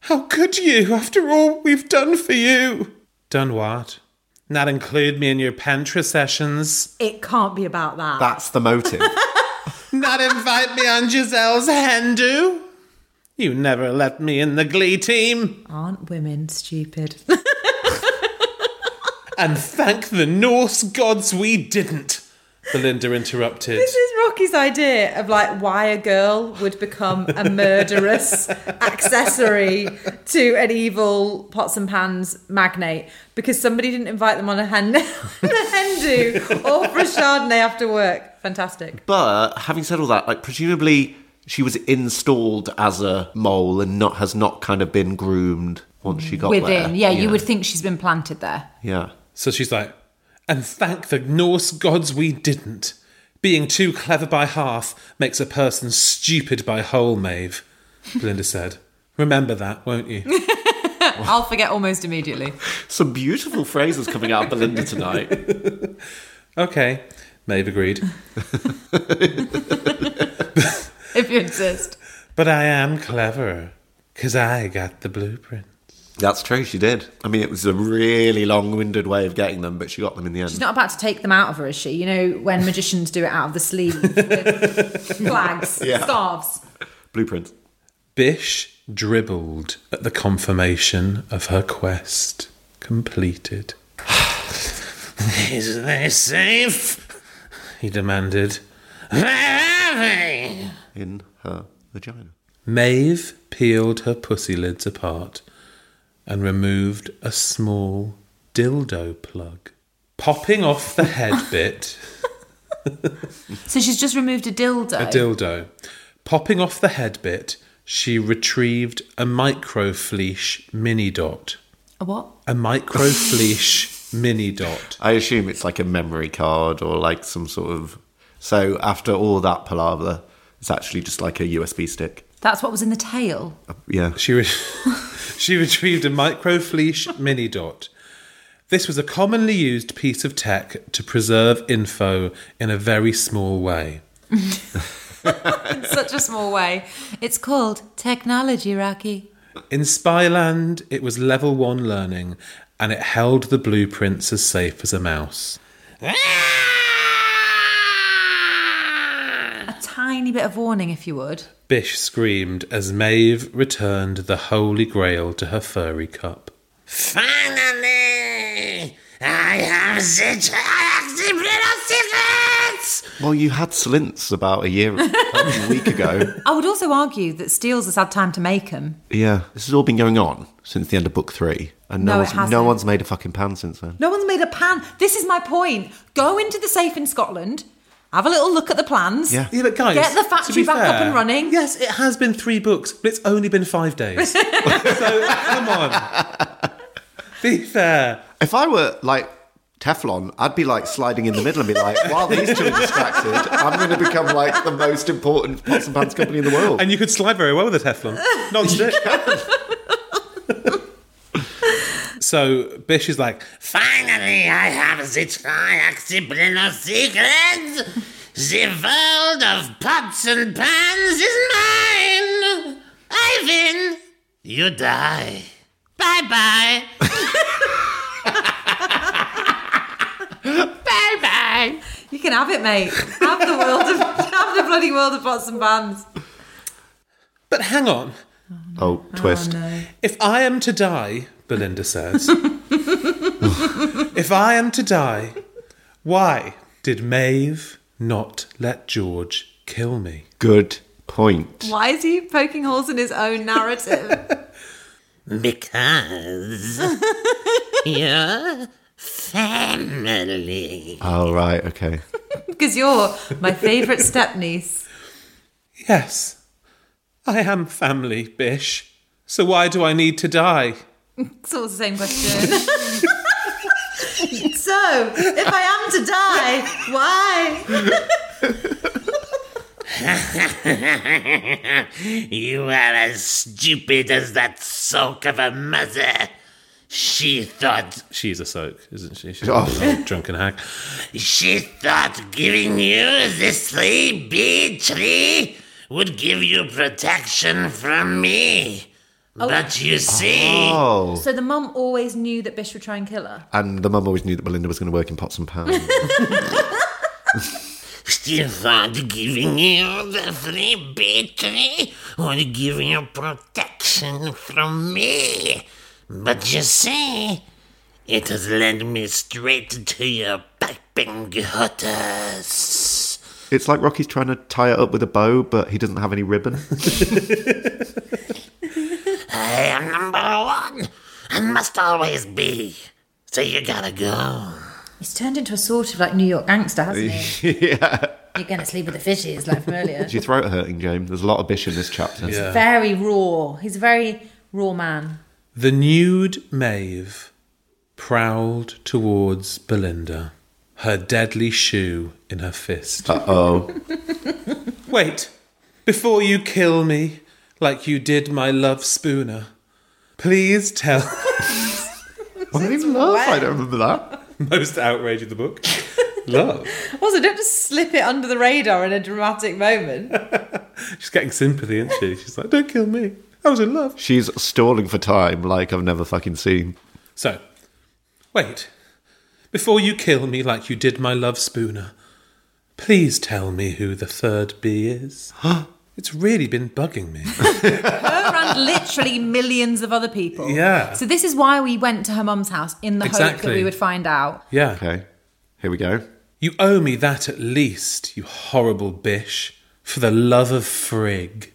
How could you, after all we've done for you? Done what? Not include me in your pantry sessions?
It can't be about that.
That's the motive.
Not invite me on Giselle's hen do? You never let me in the glee team.
Aren't women stupid?
And thank the Norse gods we didn't. Belinda interrupted.
This is Rocky's idea of like why a girl would become a murderous accessory to an evil pots and pans magnate because somebody didn't invite them on a hen, a hen do or for a chardonnay after work. Fantastic.
but having said all that, like presumably she was installed as a mole and not has not kind of been groomed once she got there.
think she's been planted there.
Yeah.
So she's like, and thank the Norse gods we didn't. Being too clever by half makes a person stupid by whole, Maeve, Belinda said. Remember that, won't you?
I'll forget almost immediately.
Some beautiful phrases coming out of Belinda tonight.
okay, Maeve agreed.
If you insist.
But I am clever, Because I got the blueprint.
That's true, she did. I mean, it was a really long winded way of getting them, but she got them in the end.
She's not about to take them out of her, is she? You know, when magicians do it out of the sleeve, with flags,
Yeah.
scarves.
Blueprint.
Bish dribbled at the confirmation of her quest completed.
Is this safe?
He demanded.
Where are they?
In her vagina.
Maeve peeled her pussy lids apart and removed a small dildo plug. Popping off the head bit,
So she's just removed a dildo.
a dildo. Popping off the head bit, she retrieved a microfleesh mini dot.
A what?
A microfleesh mini dot.
I assume it's like a memory card or like some sort of. So after all that palaver, it's actually just like a USB stick.
That's what was in the tail.
Yeah.
She, re- she retrieved a microfleesh mini dot. This was a commonly used piece of tech to preserve info in a very small way.
In such a small way. It's called technology, Rocky.
In Spyland, it was level one learning, and it held the blueprints as safe as a mouse.
A tiny bit of warning, if you would.
Bish screamed as Maeve returned the Holy Grail to her furry cup.
Finally! I have the giant secrets!
Well, you had slints about a year, a week ago.
I would also argue that Steele's has had time to make them.
Yeah. This has all been going on since the end of book three, and no,
No, it
one's, no
hasn't.
one's made a fucking pan since then.
No one's made a plan. This is my point. Go into the safe in Scotland, have a little look at the plans.
Yeah.
Yeah, but guys,
Get the
to
factory
be
back up
fair,
and running.
Yes, it has been three books, but it's only been five days. so come on, be fair.
If I were like Teflon, I'd be like sliding in the middle and be like, while these two are distracted, I'm going to become like the most important pots and pans company in the world.
And you could slide very well with a Teflon, not stick. so Bish is like,
Finally, I have the triaxibular secrets. The world of pots and pans is mine. I win. You die. Bye bye. bye bye.
You can have it, mate. Have the world of have the bloody world of pots and pans.
but hang on,
Oh, twist.
If I am to die, Belinda says, if I am to die, why did Maeve not let George kill me?
Good point.
Why is he poking holes in his own narrative?
Because your family.
Oh, right. Okay.
Because you're my favourite step niece.
Yes, I am family, Bish. So why do I need to die?
It's all the same question. so, if I am to die, why?
you are as stupid as that sulk of a mother. She thought
She's a soak, isn't she? She's a drunken hag.
she thought giving you this three B tree would give you protection from me. But you see,
Oh.
So the mum always knew that Bish would try and kill her.
And the mum always knew that Belinda was going to work in pots and pans.
she thought giving you the three B tree would give you protection from me. But you see, it has led me straight to your piping gutters.
it's like Rocky's trying to tie it up with a bow, but he doesn't have any ribbon.
I am number one and must always be. So you gotta go.
He's turned into a sort of like New York gangster, hasn't he?
yeah.
You're going to sleep with the fishes, like from earlier.
Is your throat hurting, James? There's a lot of bish in this chapter.
Very raw. He's a very raw man.
The nude Maeve prowled towards Belinda, her deadly shoe in her fist.
Uh oh.
Wait, before you kill me like you did my love Spooner, please tell.
I didn't love. I don't remember that.
Most outrage of the book. love.
Also, don't just slip it under the radar in a dramatic moment.
She's getting sympathy, isn't she? She's like, don't kill me. I was in love.
She's stalling for time like I've never fucking seen.
So, wait. Before you kill me like you did my love Spooner, please tell me who the third bee is. it's really been bugging me.
Her and literally millions of other people.
Yeah.
So this is why we went to her mum's house in the hope that
Exactly.
we would find out.
Yeah.
Okay, here we go.
You owe me that at least, you horrible bish, for the love of Frigg,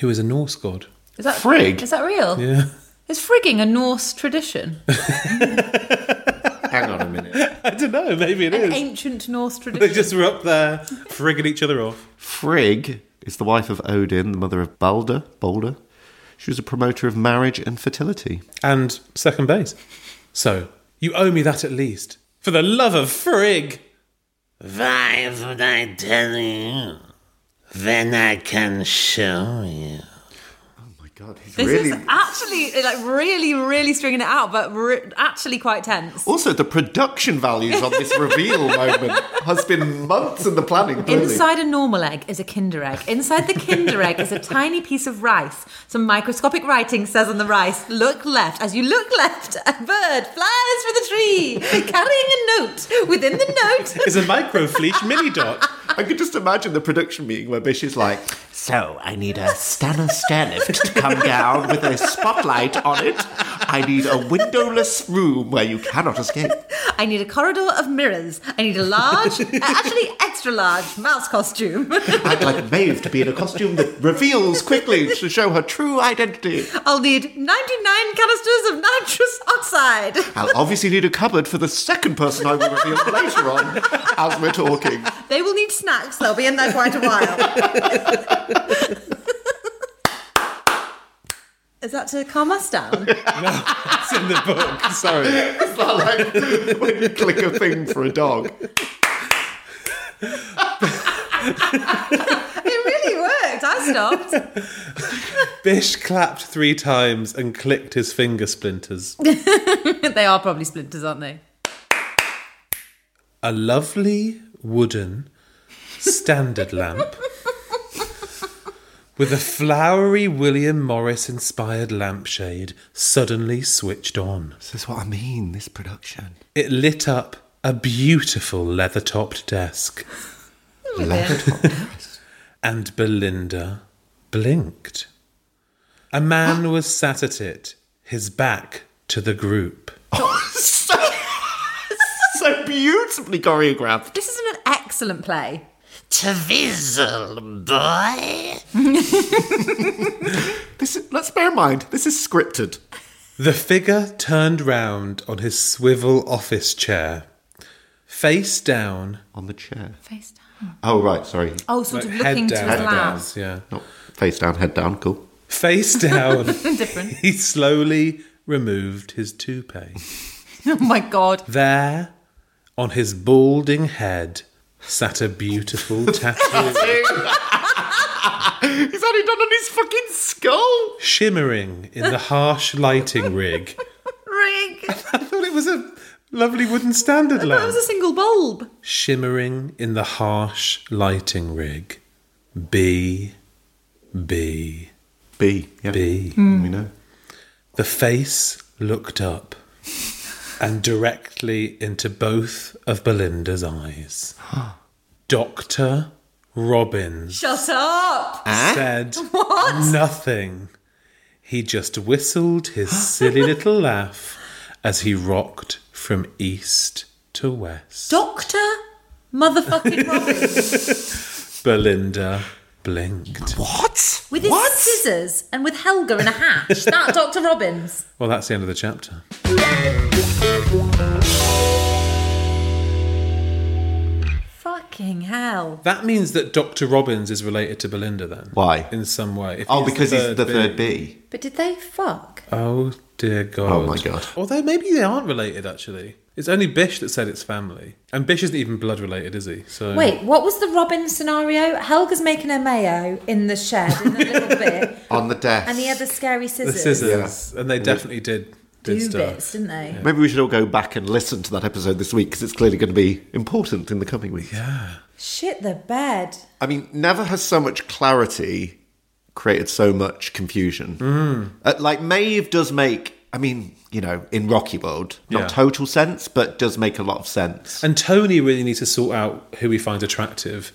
who is a Norse god.
Is that
Frigg?
Is that real?
Yeah.
Is frigging a Norse tradition?
Hang on a minute.
I don't know, maybe it
An
is.
ancient Norse
They
tradition.
just were up there frigging each other off.
Frigg is the wife of Odin, the mother of Balder. Balder. She was a promoter of marriage and fertility.
and second base. So, you owe me that at least. For the love of frig!
Why would I tell you when I can show you?
This is actually like really, really stringing it out, but re- actually quite tense.
Also, the production values on this reveal moment has been months in the planning. clearly.
Inside a normal egg is a Kinder egg. Inside the Kinder egg is a tiny piece of rice. Some microscopic writing says on the rice, "Look left." As you look left, a bird flies from the tree, carrying a note. Within the note,
Is a microfleesh mini dot.
I could just imagine the production meeting where Bish is like, So I need a Stanner stairlift to come down with a spotlight on it. I need a windowless room where you cannot escape.
I need a corridor of mirrors. I need a large, actually extra large mouse costume.
I'd like Maeve to be in a costume that reveals quickly to show her true identity.
I'll need 99 canisters of nitrous oxide.
I'll obviously need a cupboard for the second person I will reveal later on as we're talking.
They will need snacks. They'll be in there quite a while. Is that to calm us down?
It's in the book. Sorry.
It's not like when you click a thing for a dog.
It really worked. I stopped.
Bish clapped three times and clicked his finger splinters.
they are probably splinters, aren't they?
A lovely wooden standard lamp with a flowery William Morris inspired lampshade suddenly switched on.
This is what I mean, this production.
It lit up a beautiful leather topped desk. and Belinda blinked. A man was sat at it, his back to the group.
so, so beautifully choreographed.
This is an excellent play.
Twizzle, boy.
This is, let's bear in mind, this is scripted.
The figure turned round on his swivel office chair, face down,
On the chair.
Face down.
Oh, right, sorry.
Oh, sort
like,
of looking
head
to
down,
his lap.
as, yeah,
Not face down, head down, cool.
face down.
Different.
he slowly removed his toupee.
Oh my god.
There, on his balding head, sat a beautiful tattoo,
He's only done on his fucking skull.
shimmering in the harsh lighting rig.
Rig.
I thought it was a lovely wooden standard
That was
lamp.
a single bulb.
Shimmering in the harsh lighting rig. B, B,
B. Yeah. Mm.
B.
We know.
The face looked up and directly into both of Belinda's eyes. Dr. Robbins
Shut up.
said nothing. He just whistled his silly little laugh as he rocked from east to west.
Doctor motherfucking Robbins.
Belinda blinked.
With his scissors and with Helga in a hatch. That Dr. Robbins.
Well, that's the end of the chapter.
Fucking hell.
That means that Dr. Robbins is related to Belinda then?
Why?
In some way. If
Oh, because he's the third
bee.
B.
But did they fuck?
Oh, dear God.
Oh, my God.
Although maybe they aren't related, actually. It's only Bish that said it's family. And Bish isn't even blood related, is he? So
Wait, what was the Robin scenario? Helga's making her mayo in the shed in a little bit,
On the desk.
and the other scary
The
scissors.
scissors. And they definitely did, did
Do
stuff.
bits, didn't they?
Maybe we should all go back and listen to that episode this week because it's clearly going to be important in the coming weeks.
Shit the bed.
I mean, never has so much clarity created so much confusion. Uh, like Maeve does make, I mean, you know, in Rocky World, not
Yeah.
total sense, but does make a lot of sense.
And Tony really needs to sort out who he finds attractive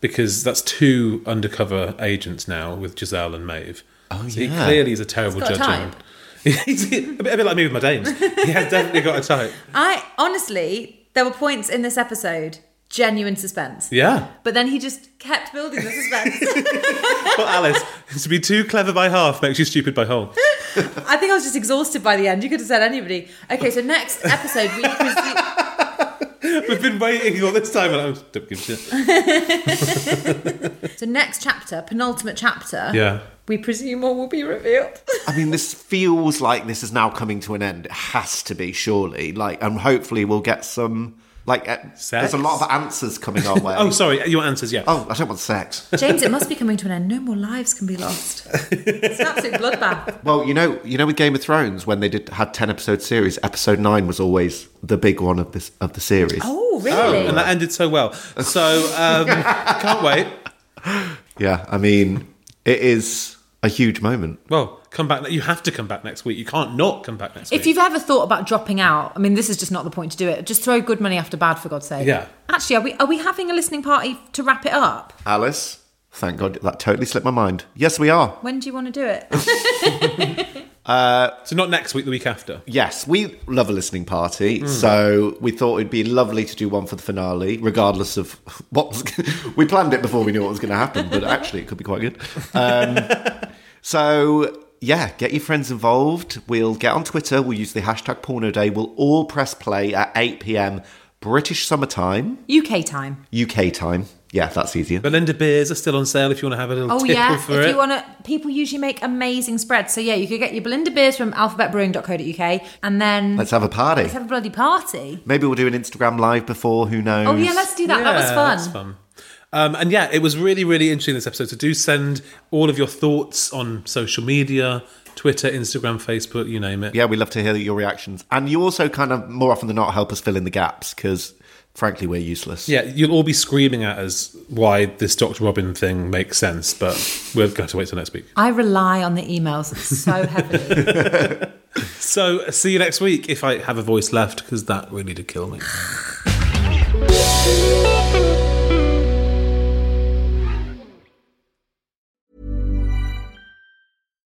because that's two undercover agents now with Giselle and Maeve. Oh, so He
yeah.
clearly is a terrible
He's got a
judge. on- He's a, bit, a bit like me with my dames. He has definitely got a type.
I honestly, there were points in this episode, genuine suspense.
Yeah.
But then he just kept building the suspense.
Well, Alice, to be too clever by half makes you stupid by whole.
I think I was just exhausted by the end. You could have said anybody. Okay, so next episode we. 'cause we-
We've been waiting all this time, and I just don't give a shit.
so next chapter, penultimate chapter.
Yeah.
We presume all will be revealed.
I mean, this feels like this is now coming to an end. It has to be, surely. Like, and hopefully we'll get some. Like, uh, there's a lot of answers coming our way.
Oh, sorry. Your answers, yeah.
Oh, I don't want sex.
James, it must be coming to an end. No more lives can be lost. It's an absolute bloodbath.
Well, you know, you know, with Game of Thrones, when they did had ten episode series, episode nine was always the big one of this of the series.
Oh, really?
And that ended so well. So, um, can't wait.
Yeah, I mean, it is a huge moment.
Well, come back. You have to come back next week. You can't not come back next week.
If you've ever thought about dropping out, I mean, this is just not the point to do it. Just throw good money after bad, for God's sake.
Yeah.
Actually, are we are we having a listening party to wrap it up?
Alice, thank God that totally slipped my mind. Yes, we are.
When do you want to do it?
So not next week, the week after.
Yes, we love a listening party,
Mm.
so we thought it'd be lovely to do one for the finale, regardless of what was. we planned it before we knew what was going to happen, but actually, it could be quite good. Um, so yeah, get your friends involved. We'll get on Twitter. We'll use the hashtag Porno Day. We'll all press play at eight pm British Summer Time,
UK time.
UK time. Yeah, that's easier.
Mm.
Belinda beers are still on sale if you want to have a little
Oh
tipple
yeah,
for
if
it.
you want to, people usually make amazing spreads. So yeah, you could get your Belinda beers from alphabetbrewing.co.uk, and then
Let's have a party.
let's have a bloody party.
Maybe we'll do an Instagram live before. Who knows?
Oh yeah, let's do that.
Yeah,
that was
that's
fun.
fun. Um, and yeah, it was really, really interesting this episode. So do send all of your thoughts on social media, Twitter, Instagram, Facebook, you name it.
yeah, we love to hear your reactions. And you also kind of more often than not help us fill in the gaps because frankly we're useless.
Yeah, you'll all be screaming at us why this Dr. Robin thing makes sense, but we'll have to wait till next week.
I rely on the emails so heavily.
So see you next week if I have a voice left, because that really did kill me.